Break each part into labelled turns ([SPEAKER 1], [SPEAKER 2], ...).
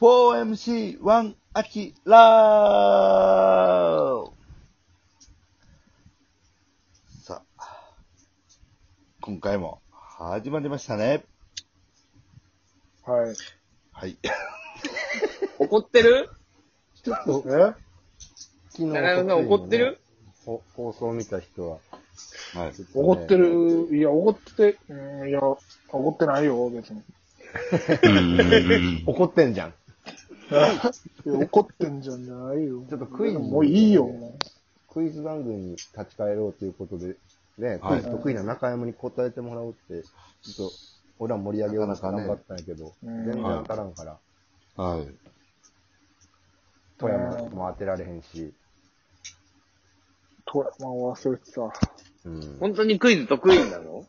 [SPEAKER 1] 4MC1 アキラーさあ、今回も始まりましたね。
[SPEAKER 2] はい。
[SPEAKER 1] はい。
[SPEAKER 3] 怒ってる
[SPEAKER 1] ちょっと、
[SPEAKER 2] え
[SPEAKER 4] 昨日
[SPEAKER 3] 中山さん怒ってる
[SPEAKER 4] ほ放送見た人は。
[SPEAKER 1] はい、
[SPEAKER 2] 怒ってる、いや、怒ってて、うん、いや、怒ってないよ、別に。
[SPEAKER 4] 怒ってんじゃん。
[SPEAKER 2] い や怒ってんじゃないよ。
[SPEAKER 4] ちょっとクイズ
[SPEAKER 2] もういいよ、も
[SPEAKER 4] クイズ番組に立ち返ろうということで、ね、
[SPEAKER 1] は
[SPEAKER 4] ク
[SPEAKER 1] い
[SPEAKER 4] イズ得意な中山に答えてもらおうって、ちょっと、俺ら盛り上げようとかなかったんやけど、
[SPEAKER 2] なかなかね
[SPEAKER 4] 全然当たらんから、
[SPEAKER 1] はい。
[SPEAKER 4] 富山も当てられへんし、
[SPEAKER 2] 富山を忘れてた。
[SPEAKER 4] うん。
[SPEAKER 3] 本当にクイズ得意なの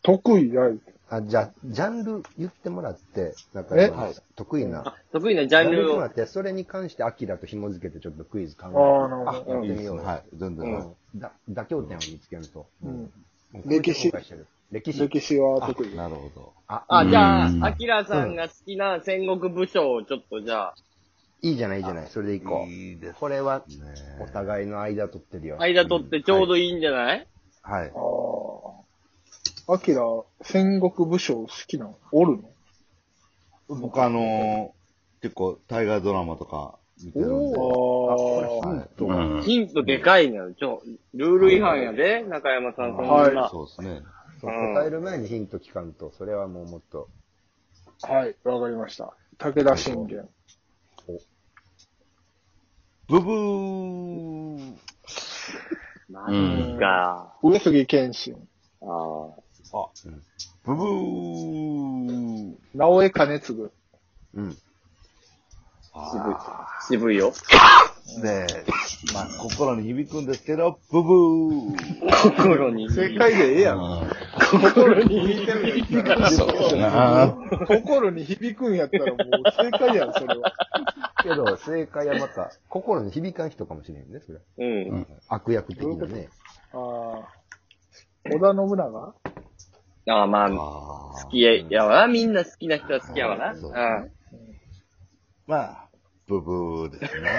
[SPEAKER 2] 得意やい。
[SPEAKER 4] あ、じゃあ、ジャンル言ってもらって、中
[SPEAKER 2] え
[SPEAKER 4] 山
[SPEAKER 1] はい
[SPEAKER 4] に得意な
[SPEAKER 3] あ、、得意なジ
[SPEAKER 4] ジ
[SPEAKER 3] ャン
[SPEAKER 4] 言っ
[SPEAKER 3] ル
[SPEAKER 4] てもら
[SPEAKER 3] を
[SPEAKER 4] っ。て、それに関してアキラと紐付けてちょっとクイズ考えて、
[SPEAKER 2] ああ、なる
[SPEAKER 1] あ
[SPEAKER 2] ほど。
[SPEAKER 4] やってみようよ
[SPEAKER 1] はい、どんどん。
[SPEAKER 3] うん
[SPEAKER 4] だ妥協点を見つけると。
[SPEAKER 2] うん。
[SPEAKER 4] もうこういう
[SPEAKER 2] 歴史
[SPEAKER 4] 紹介してる。歴史。
[SPEAKER 2] 歴史は得意。
[SPEAKER 1] なるほど。
[SPEAKER 4] あ、
[SPEAKER 3] あ、じゃあ
[SPEAKER 5] う、ん
[SPEAKER 3] アキラさんが好きな戦国武将をちょっとじゃあ、
[SPEAKER 4] いいじゃない、いいじゃない。それでいこ
[SPEAKER 1] いいで
[SPEAKER 4] う。これは、
[SPEAKER 1] すね。
[SPEAKER 4] お互いの間取ってるよ。
[SPEAKER 3] 間取ってちょうどいいんじゃない
[SPEAKER 1] はい。
[SPEAKER 2] ああ。アキラ、戦国武将好きなのおるの
[SPEAKER 1] 僕あのー、結構大河ドラマとか見てるんで。
[SPEAKER 2] おー。
[SPEAKER 1] は
[SPEAKER 2] あ
[SPEAKER 1] い
[SPEAKER 2] ヒントが
[SPEAKER 5] うん
[SPEAKER 3] ヒントでかいのよ。ちょ、ルール違反やで、中山さん。そんな
[SPEAKER 2] はい
[SPEAKER 1] そうですね。
[SPEAKER 4] そう
[SPEAKER 3] うん
[SPEAKER 4] 答える前にヒント聞かんと、それはもうもっと。
[SPEAKER 2] はい、わかりました。武田信玄。
[SPEAKER 1] ブブー
[SPEAKER 3] マジか。
[SPEAKER 2] 上杉謙信。
[SPEAKER 3] あー
[SPEAKER 1] あ、ブブー
[SPEAKER 2] 直江兼 次。
[SPEAKER 4] うん。
[SPEAKER 3] 渋い。渋いよ。
[SPEAKER 1] ねえ、まあ、心に響くんですけど、ブブー
[SPEAKER 3] 心に。
[SPEAKER 2] 正解でええやん。心に響いてるやん。
[SPEAKER 5] そうだ
[SPEAKER 1] な
[SPEAKER 2] 心に響くんやったらもう正解やん、それは。
[SPEAKER 4] けど、正解はまた、心に響かん人かもしれんね、それ。
[SPEAKER 3] うん。
[SPEAKER 4] 悪役的なね。
[SPEAKER 2] ああ。織田信長
[SPEAKER 3] あーまあ、好
[SPEAKER 1] あー
[SPEAKER 3] きややわな。みんな好きな人は好きやわな。
[SPEAKER 1] そう
[SPEAKER 3] うん。
[SPEAKER 1] まあ、ブブーですね。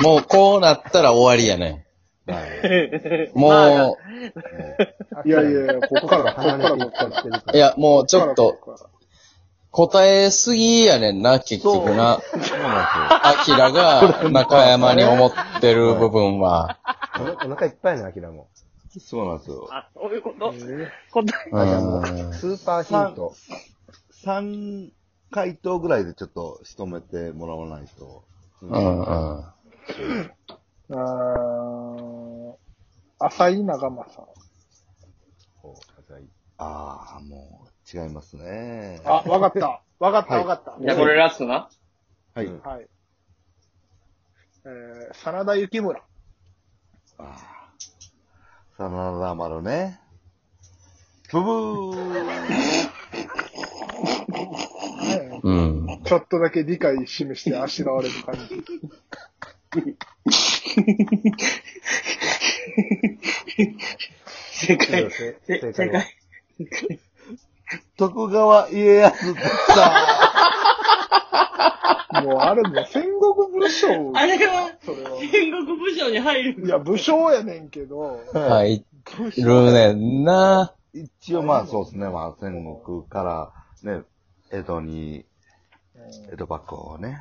[SPEAKER 5] もうこうなったら終わりやね。
[SPEAKER 1] はい
[SPEAKER 5] も
[SPEAKER 2] いやいやいや、こっから、こっか
[SPEAKER 4] 離
[SPEAKER 2] ら、こ
[SPEAKER 4] れてい
[SPEAKER 2] っ
[SPEAKER 4] っ
[SPEAKER 2] か
[SPEAKER 4] た
[SPEAKER 2] ら。
[SPEAKER 4] りしてるか
[SPEAKER 5] う、いや、もうちょ
[SPEAKER 2] こ
[SPEAKER 5] っ
[SPEAKER 2] っから
[SPEAKER 5] と
[SPEAKER 2] こっから
[SPEAKER 5] 答えすぎやねんな、結局な。
[SPEAKER 1] そうなん
[SPEAKER 5] アキラが中山に思ってる部分は。
[SPEAKER 4] ら。お腹お腹いっぱいやな、アキラも。
[SPEAKER 1] ですよ。そうなんですよ。
[SPEAKER 3] あ、そういうこと答え。
[SPEAKER 5] うん
[SPEAKER 4] スーパーヒント。
[SPEAKER 1] 3回答ぐらいでちょっと仕留めてもらわないと。
[SPEAKER 5] うんうん。
[SPEAKER 2] あー浅井長政。
[SPEAKER 4] こう硬い
[SPEAKER 1] ああ、もう、違いますね。
[SPEAKER 2] あ、わかった。わかった、わかった。
[SPEAKER 3] じゃあこれラストな。
[SPEAKER 1] はい。
[SPEAKER 4] うん
[SPEAKER 2] はい。えー、真田幸村。
[SPEAKER 1] あーさならまるね。ブブー
[SPEAKER 2] ね
[SPEAKER 5] うん。
[SPEAKER 2] ちょっとだけ理解示してあしらわれる感じ。
[SPEAKER 3] 正解。せ
[SPEAKER 4] けどせ正
[SPEAKER 3] 正
[SPEAKER 4] 解は
[SPEAKER 3] 解。
[SPEAKER 1] 徳川家康でした。
[SPEAKER 2] もうあれもう戦国武将。
[SPEAKER 3] あれは、
[SPEAKER 2] それは。
[SPEAKER 3] 戦国武将に入る。
[SPEAKER 2] いや、武将やねんけど。
[SPEAKER 5] 入ってるねんな。
[SPEAKER 1] 一応まあそうですね、まあ戦国からね、江戸に、江戸幕府をね。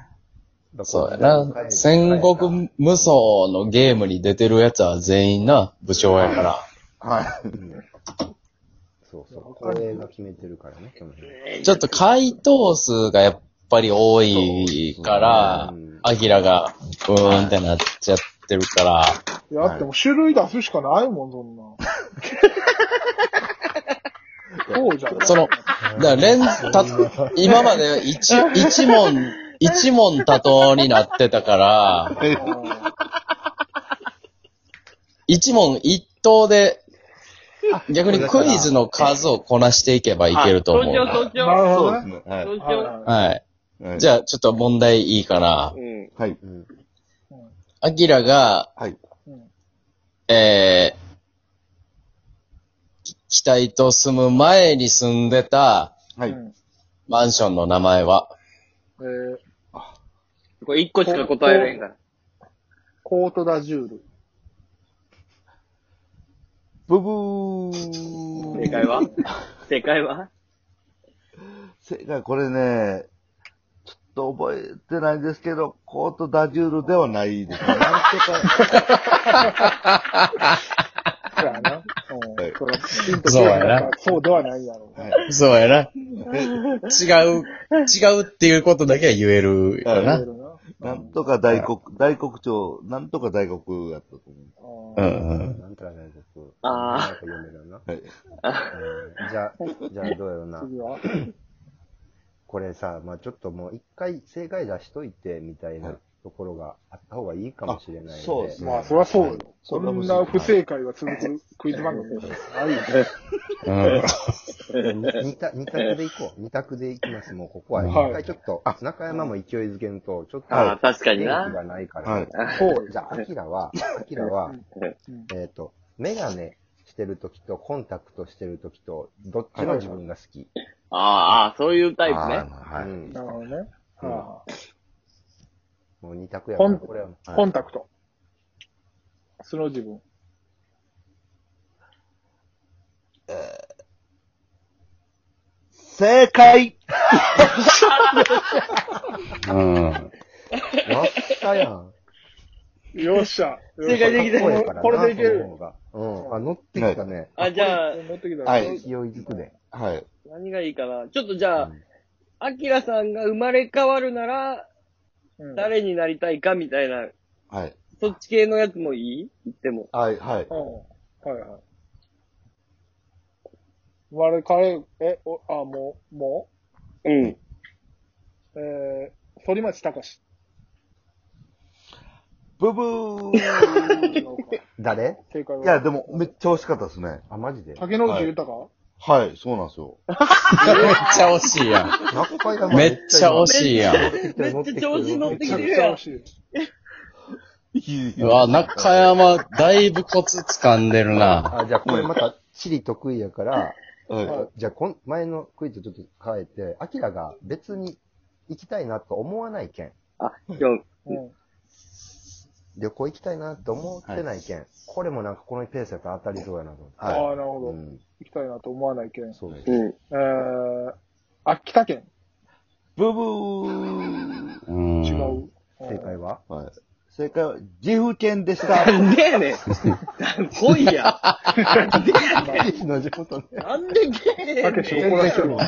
[SPEAKER 5] そうやな。戦国無双のゲームに出てるやつは全員な、武将やから。
[SPEAKER 1] はい。
[SPEAKER 4] そうそう。これが決めてるからね、その辺。
[SPEAKER 5] ちょっと回答数がやっぱり多いから
[SPEAKER 4] そううん、
[SPEAKER 5] アキラが、うーんってなっちゃってるから、
[SPEAKER 2] いや、あっても種類出すしかないもん、そん な。こうじゃない
[SPEAKER 5] その、だから連、た、今まで一、一問、一問多答になってたから、一問一答で、逆にクイズの数をこなしていけばいけると
[SPEAKER 3] あ
[SPEAKER 5] 思うな。
[SPEAKER 3] そうしよ
[SPEAKER 2] なるほ
[SPEAKER 1] そう
[SPEAKER 2] ど
[SPEAKER 1] です
[SPEAKER 2] ね。
[SPEAKER 1] ね。は
[SPEAKER 3] う。そう
[SPEAKER 1] い。
[SPEAKER 3] しよ
[SPEAKER 5] はい。
[SPEAKER 1] はい、
[SPEAKER 5] じ
[SPEAKER 1] ゃ
[SPEAKER 5] ゃあ、ちょっと問題いいかな
[SPEAKER 3] う。。うん。
[SPEAKER 1] はい。
[SPEAKER 4] うん。
[SPEAKER 5] アキラが、
[SPEAKER 1] はい。
[SPEAKER 2] うん
[SPEAKER 5] えー、き期待と住む前に住んでた
[SPEAKER 1] は
[SPEAKER 2] う
[SPEAKER 1] い。
[SPEAKER 2] ん
[SPEAKER 5] マンションの名前は、
[SPEAKER 2] えー、
[SPEAKER 3] これ一個しか答えれへんから。
[SPEAKER 2] コートダジュール。
[SPEAKER 1] ブブー
[SPEAKER 3] 正解は 正解は
[SPEAKER 1] 正解、これね、ちょっと覚えてないんですけど、コートダジュールではないですね。なんとか、
[SPEAKER 2] そうや
[SPEAKER 1] は
[SPEAKER 2] な。う
[SPEAKER 1] い
[SPEAKER 2] ん。そら、ピンと
[SPEAKER 5] そうやな
[SPEAKER 2] らそうではないやろう
[SPEAKER 1] は
[SPEAKER 2] な。
[SPEAKER 1] い
[SPEAKER 5] そうやな。違う、違うっていうことだけは言えるよ
[SPEAKER 1] は
[SPEAKER 5] な。
[SPEAKER 2] 言えるな
[SPEAKER 1] なんとか大黒、大黒町、なんとか大黒やったと思う。
[SPEAKER 5] う
[SPEAKER 2] うん
[SPEAKER 5] んうん。
[SPEAKER 4] なんたらね、僕。
[SPEAKER 3] あー
[SPEAKER 4] なんか読めるよな。
[SPEAKER 1] はい。
[SPEAKER 4] うんじゃあ、じゃあどうやろうな。
[SPEAKER 2] 次は
[SPEAKER 4] これさ、まあちょっともう一回正解出しといてみたい
[SPEAKER 1] はい
[SPEAKER 4] なところがあった方がいいかもしれないので。
[SPEAKER 1] あそうですね
[SPEAKER 2] まあ、そりゃそう
[SPEAKER 1] はい
[SPEAKER 2] よ。そんな不正解が続くクイズ番組です。はい。
[SPEAKER 5] うん。
[SPEAKER 4] 二二択二択でいこう。二択でいきます。もうここは。
[SPEAKER 2] はい
[SPEAKER 4] 一回ちょっと、中山も勢いづけんと、ちょっと、
[SPEAKER 3] ああ、確か
[SPEAKER 4] 元
[SPEAKER 3] に
[SPEAKER 4] 気
[SPEAKER 3] な。
[SPEAKER 4] がないから。
[SPEAKER 1] はい。
[SPEAKER 2] そうよ。
[SPEAKER 4] じゃあ、アキラは、アキラ は、えっ、と、メガネしてるときとコンタクトしてるときと、どっちの自分が好き、
[SPEAKER 3] ああああ、そういうタイプ
[SPEAKER 1] あ
[SPEAKER 3] ね。
[SPEAKER 1] ーはい。
[SPEAKER 4] うん
[SPEAKER 2] なるほどね。
[SPEAKER 4] うん
[SPEAKER 2] は
[SPEAKER 4] もう二択やか
[SPEAKER 2] コ
[SPEAKER 4] ら、
[SPEAKER 2] ン
[SPEAKER 4] これは。
[SPEAKER 2] あ
[SPEAKER 1] はい
[SPEAKER 2] コンタクト。その自分。
[SPEAKER 1] 正解
[SPEAKER 5] うん。
[SPEAKER 4] わったやん。
[SPEAKER 2] よっしゃ。
[SPEAKER 3] 正解できた
[SPEAKER 2] こ
[SPEAKER 4] こ
[SPEAKER 2] れ
[SPEAKER 4] れ
[SPEAKER 2] これでいける。。
[SPEAKER 4] うん。あ、乗ってきたね。
[SPEAKER 3] あ、じゃあ、
[SPEAKER 2] 乗ってきた
[SPEAKER 1] は
[SPEAKER 4] 勢
[SPEAKER 1] い
[SPEAKER 4] いづくね。
[SPEAKER 1] はい。
[SPEAKER 3] 何がいいかな。ちょっとじゃ
[SPEAKER 4] う
[SPEAKER 3] あア
[SPEAKER 4] ん、
[SPEAKER 3] キラさんが生まれ変わるなら、
[SPEAKER 2] うん
[SPEAKER 3] 誰になりたいかみたいな、
[SPEAKER 1] はい。
[SPEAKER 3] そっち系のやつもいい言っても。
[SPEAKER 1] はい、はい。
[SPEAKER 2] うん。はいはい。生まれ変われ、え、お、あ、もう、も
[SPEAKER 3] うん。
[SPEAKER 2] う、えー、反町隆史。
[SPEAKER 1] ブブ ー
[SPEAKER 2] 違うか
[SPEAKER 4] 誰
[SPEAKER 2] 正解は。
[SPEAKER 1] いや、でも、めっちゃ惜しかったですね。
[SPEAKER 4] あ、マジで
[SPEAKER 2] 竹野内豊か
[SPEAKER 1] はい、そうなんですよ。
[SPEAKER 5] めっちゃ惜しいやん。
[SPEAKER 4] 中山
[SPEAKER 5] めっちゃ惜しいやん。
[SPEAKER 3] めっちゃ調子乗って
[SPEAKER 2] め
[SPEAKER 3] き
[SPEAKER 2] ち
[SPEAKER 3] て
[SPEAKER 2] ゃ
[SPEAKER 3] る
[SPEAKER 2] くちゃ
[SPEAKER 3] やん
[SPEAKER 2] 欲。しい。
[SPEAKER 5] うわ、中山、だいぶコツ掴んでるな。
[SPEAKER 4] あ、じゃあこれまた、地理得意やから、
[SPEAKER 1] はい。
[SPEAKER 4] じゃあこん、前のクイズとちょっと変えて、アキラが別に行きたいなと思わない県、
[SPEAKER 3] あ、でも、
[SPEAKER 2] うん。
[SPEAKER 4] 旅行行きたいなと思ってない県、これもなんかこのペースやったら当たりそうやなと思って。
[SPEAKER 2] ああ
[SPEAKER 1] は
[SPEAKER 2] ー、なるほど。行
[SPEAKER 4] うん。
[SPEAKER 2] きたいなと思わないけん。
[SPEAKER 4] そうです。
[SPEAKER 3] うん。
[SPEAKER 2] えー、秋田県。
[SPEAKER 1] い。ブブー
[SPEAKER 5] うん。
[SPEAKER 2] 違う。
[SPEAKER 4] 正解は
[SPEAKER 1] はい。正解は、岐阜県で した。
[SPEAKER 3] なんでやねん。来いや。
[SPEAKER 4] の地元ね。
[SPEAKER 3] なんで来えへんねん。
[SPEAKER 2] たけし怒られてるわ。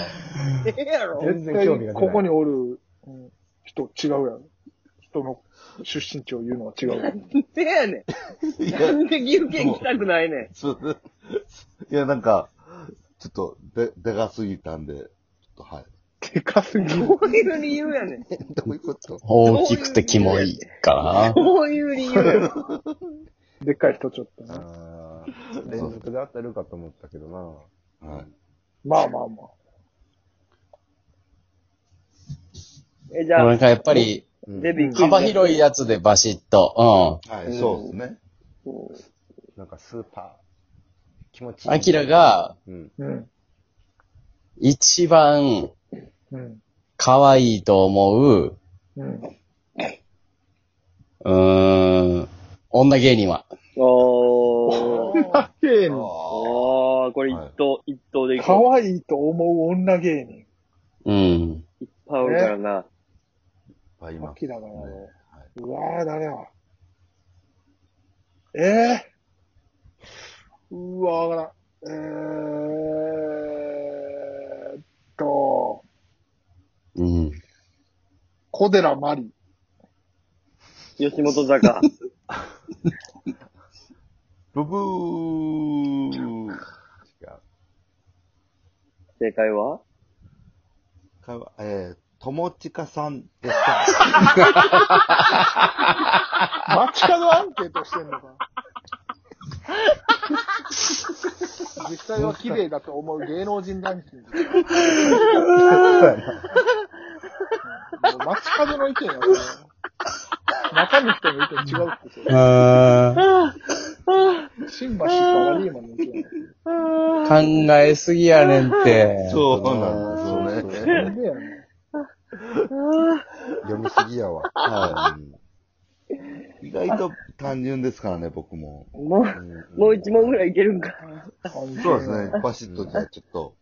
[SPEAKER 3] ええやろ。
[SPEAKER 4] 全
[SPEAKER 2] 絶
[SPEAKER 4] 然
[SPEAKER 2] 対
[SPEAKER 4] 興味が出ない
[SPEAKER 2] ここにおるうん人違うやろ。人の出身地を言うのは違うやろ。
[SPEAKER 3] せやね
[SPEAKER 1] い
[SPEAKER 3] ん。
[SPEAKER 1] や
[SPEAKER 3] な、んで岐阜県来たくないねん。
[SPEAKER 1] そう いや、なんか、ちょっと、で、でかすぎたんで、ちょっと、はい。
[SPEAKER 2] でかすぎる。
[SPEAKER 3] どういう理由やねん。
[SPEAKER 4] どういうこと
[SPEAKER 5] 大きくてキモいか
[SPEAKER 3] どういう理由やねん。
[SPEAKER 2] でっかい人ちょっとね。
[SPEAKER 4] ああ、連続で当たるかと思ったけどな。
[SPEAKER 1] はい。
[SPEAKER 2] まあまあまあ。
[SPEAKER 3] え、じ
[SPEAKER 5] な。
[SPEAKER 3] ゃ
[SPEAKER 5] な
[SPEAKER 3] あ
[SPEAKER 5] ん、かやっぱり、
[SPEAKER 4] うん
[SPEAKER 3] デビー
[SPEAKER 5] 幅広いやつでバシッと。
[SPEAKER 1] はい、そうですね。
[SPEAKER 4] なんかスーパー、気持ちい
[SPEAKER 5] うん。
[SPEAKER 4] い。
[SPEAKER 5] アキラが
[SPEAKER 4] うん。
[SPEAKER 2] うん。
[SPEAKER 5] 一番
[SPEAKER 2] うん。
[SPEAKER 5] 可愛いと思う、
[SPEAKER 2] うん。
[SPEAKER 5] うーん、女芸人は。
[SPEAKER 3] おー。
[SPEAKER 2] 芸人。
[SPEAKER 1] あ
[SPEAKER 3] おー、これ一等、一等でい
[SPEAKER 2] 可
[SPEAKER 3] こう。
[SPEAKER 2] 愛いと思う女芸人。
[SPEAKER 5] うん。
[SPEAKER 3] いっぱいおるからな。
[SPEAKER 1] あ、今
[SPEAKER 2] ア。キラがやろ。
[SPEAKER 1] はいう
[SPEAKER 2] うわぁ、誰や。えぇ、うわぁ、わからん。えーっと、
[SPEAKER 5] うん。
[SPEAKER 2] 小寺まり。
[SPEAKER 3] 吉本 坂。
[SPEAKER 1] ブブー
[SPEAKER 4] 違う。
[SPEAKER 3] 正解は
[SPEAKER 1] かわえー、友近さんでし た。
[SPEAKER 2] 街角アンケートしてん のか。実際は綺麗だと思う芸能人ランキング。うんもう街角の意見やそれ中の人の意見違うってそれ。
[SPEAKER 5] 考
[SPEAKER 2] 新橋サラリーマンの意見や。
[SPEAKER 5] えすぎやねんって。
[SPEAKER 1] そうなんですよね。
[SPEAKER 2] なんでやねん。
[SPEAKER 4] 読みすぎやわ。
[SPEAKER 1] は
[SPEAKER 4] うん
[SPEAKER 1] 意外と単純ですからね、僕も。
[SPEAKER 3] もう、もう一問ぐらいいけるんか。
[SPEAKER 1] そうですね。バシッとじゃあちょっと。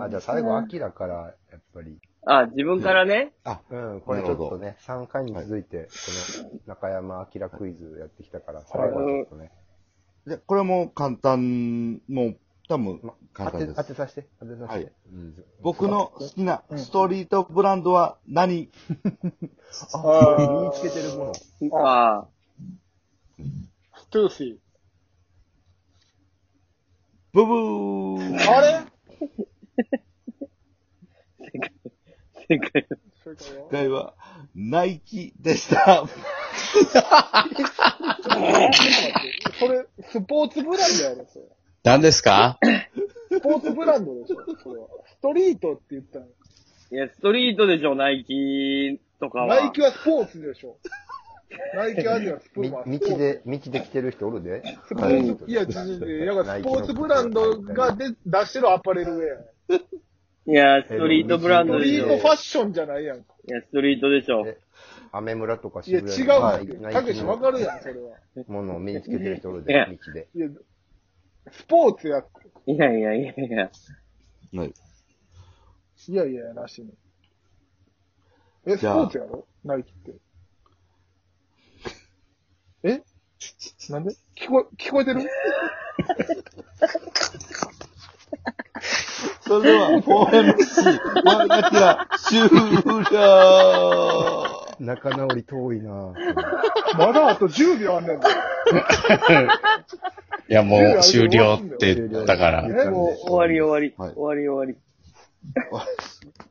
[SPEAKER 4] あ、じゃあ最後、アキラから、やっぱり。
[SPEAKER 3] あ、自分からね。
[SPEAKER 4] あ、うん、これちょっとね、3回に続いて、この中山明クイズやってきたから、最後はちょっとね、
[SPEAKER 1] じゃあこれも簡単、もう多分
[SPEAKER 4] ま
[SPEAKER 1] 簡
[SPEAKER 4] 当
[SPEAKER 1] 単
[SPEAKER 4] て
[SPEAKER 1] で
[SPEAKER 4] 当て
[SPEAKER 1] す。
[SPEAKER 4] させて、当てさせ
[SPEAKER 1] は
[SPEAKER 4] て
[SPEAKER 1] い。
[SPEAKER 4] うん
[SPEAKER 1] 僕の好きなストリートブランドは何
[SPEAKER 2] あ
[SPEAKER 4] 身につけてるもの。
[SPEAKER 3] あ
[SPEAKER 2] ストゥーフィー。
[SPEAKER 1] ブブー
[SPEAKER 2] あれ
[SPEAKER 3] あ、
[SPEAKER 2] 正
[SPEAKER 3] 正解。
[SPEAKER 2] 解は
[SPEAKER 1] 今回は、ナイキでした。
[SPEAKER 2] それ、スポーツブランドやろ、それ。
[SPEAKER 5] 何ですか
[SPEAKER 2] スポーツブランドでしょ、それは。ストリートって言ったの。
[SPEAKER 3] いや、ストリートでしょ、ナイキとかは。
[SPEAKER 2] ナイキはスポーツでしょ。ナイキアディアスプーマ
[SPEAKER 4] み道。で、道で来てる人おるで。
[SPEAKER 2] スポーツいや、違う違うだからスポーツブランドがで出してるアパレルウェアやん。
[SPEAKER 3] いや、ストリートブラ
[SPEAKER 2] ス
[SPEAKER 3] ン
[SPEAKER 2] ト
[SPEAKER 3] ドで
[SPEAKER 2] リ
[SPEAKER 3] し
[SPEAKER 2] ー
[SPEAKER 3] ょ。
[SPEAKER 2] ト
[SPEAKER 3] い
[SPEAKER 2] ファッションじゃないやんか。
[SPEAKER 3] や、ストリートでしょ。
[SPEAKER 4] えアメ村とか
[SPEAKER 2] いや、
[SPEAKER 4] 渋
[SPEAKER 2] 違
[SPEAKER 4] 谷
[SPEAKER 2] うんだ
[SPEAKER 4] の
[SPEAKER 2] よ。
[SPEAKER 4] ナ
[SPEAKER 2] た
[SPEAKER 4] イ
[SPEAKER 2] け
[SPEAKER 4] キ
[SPEAKER 2] し
[SPEAKER 4] の
[SPEAKER 2] わかるやん、それは。
[SPEAKER 4] ものを身につけてる人おる
[SPEAKER 3] いや
[SPEAKER 4] で、道で。
[SPEAKER 2] いや、スポーツやって。
[SPEAKER 3] いやいやいやいや。
[SPEAKER 1] はい
[SPEAKER 2] いやいや、なしに。え、ス
[SPEAKER 1] じ
[SPEAKER 2] ポ
[SPEAKER 1] ゃあ
[SPEAKER 2] ーツやろナイキって。えなんで聞こえ、聞こえてる
[SPEAKER 1] それでは、OMC、マルガキラ、終了
[SPEAKER 4] 仲直り遠いな
[SPEAKER 2] まだあと10秒あんねんぞ。
[SPEAKER 5] いや、もう終了って言ったから。
[SPEAKER 3] もう終わり終わり。
[SPEAKER 1] はい
[SPEAKER 3] 終わり終わり。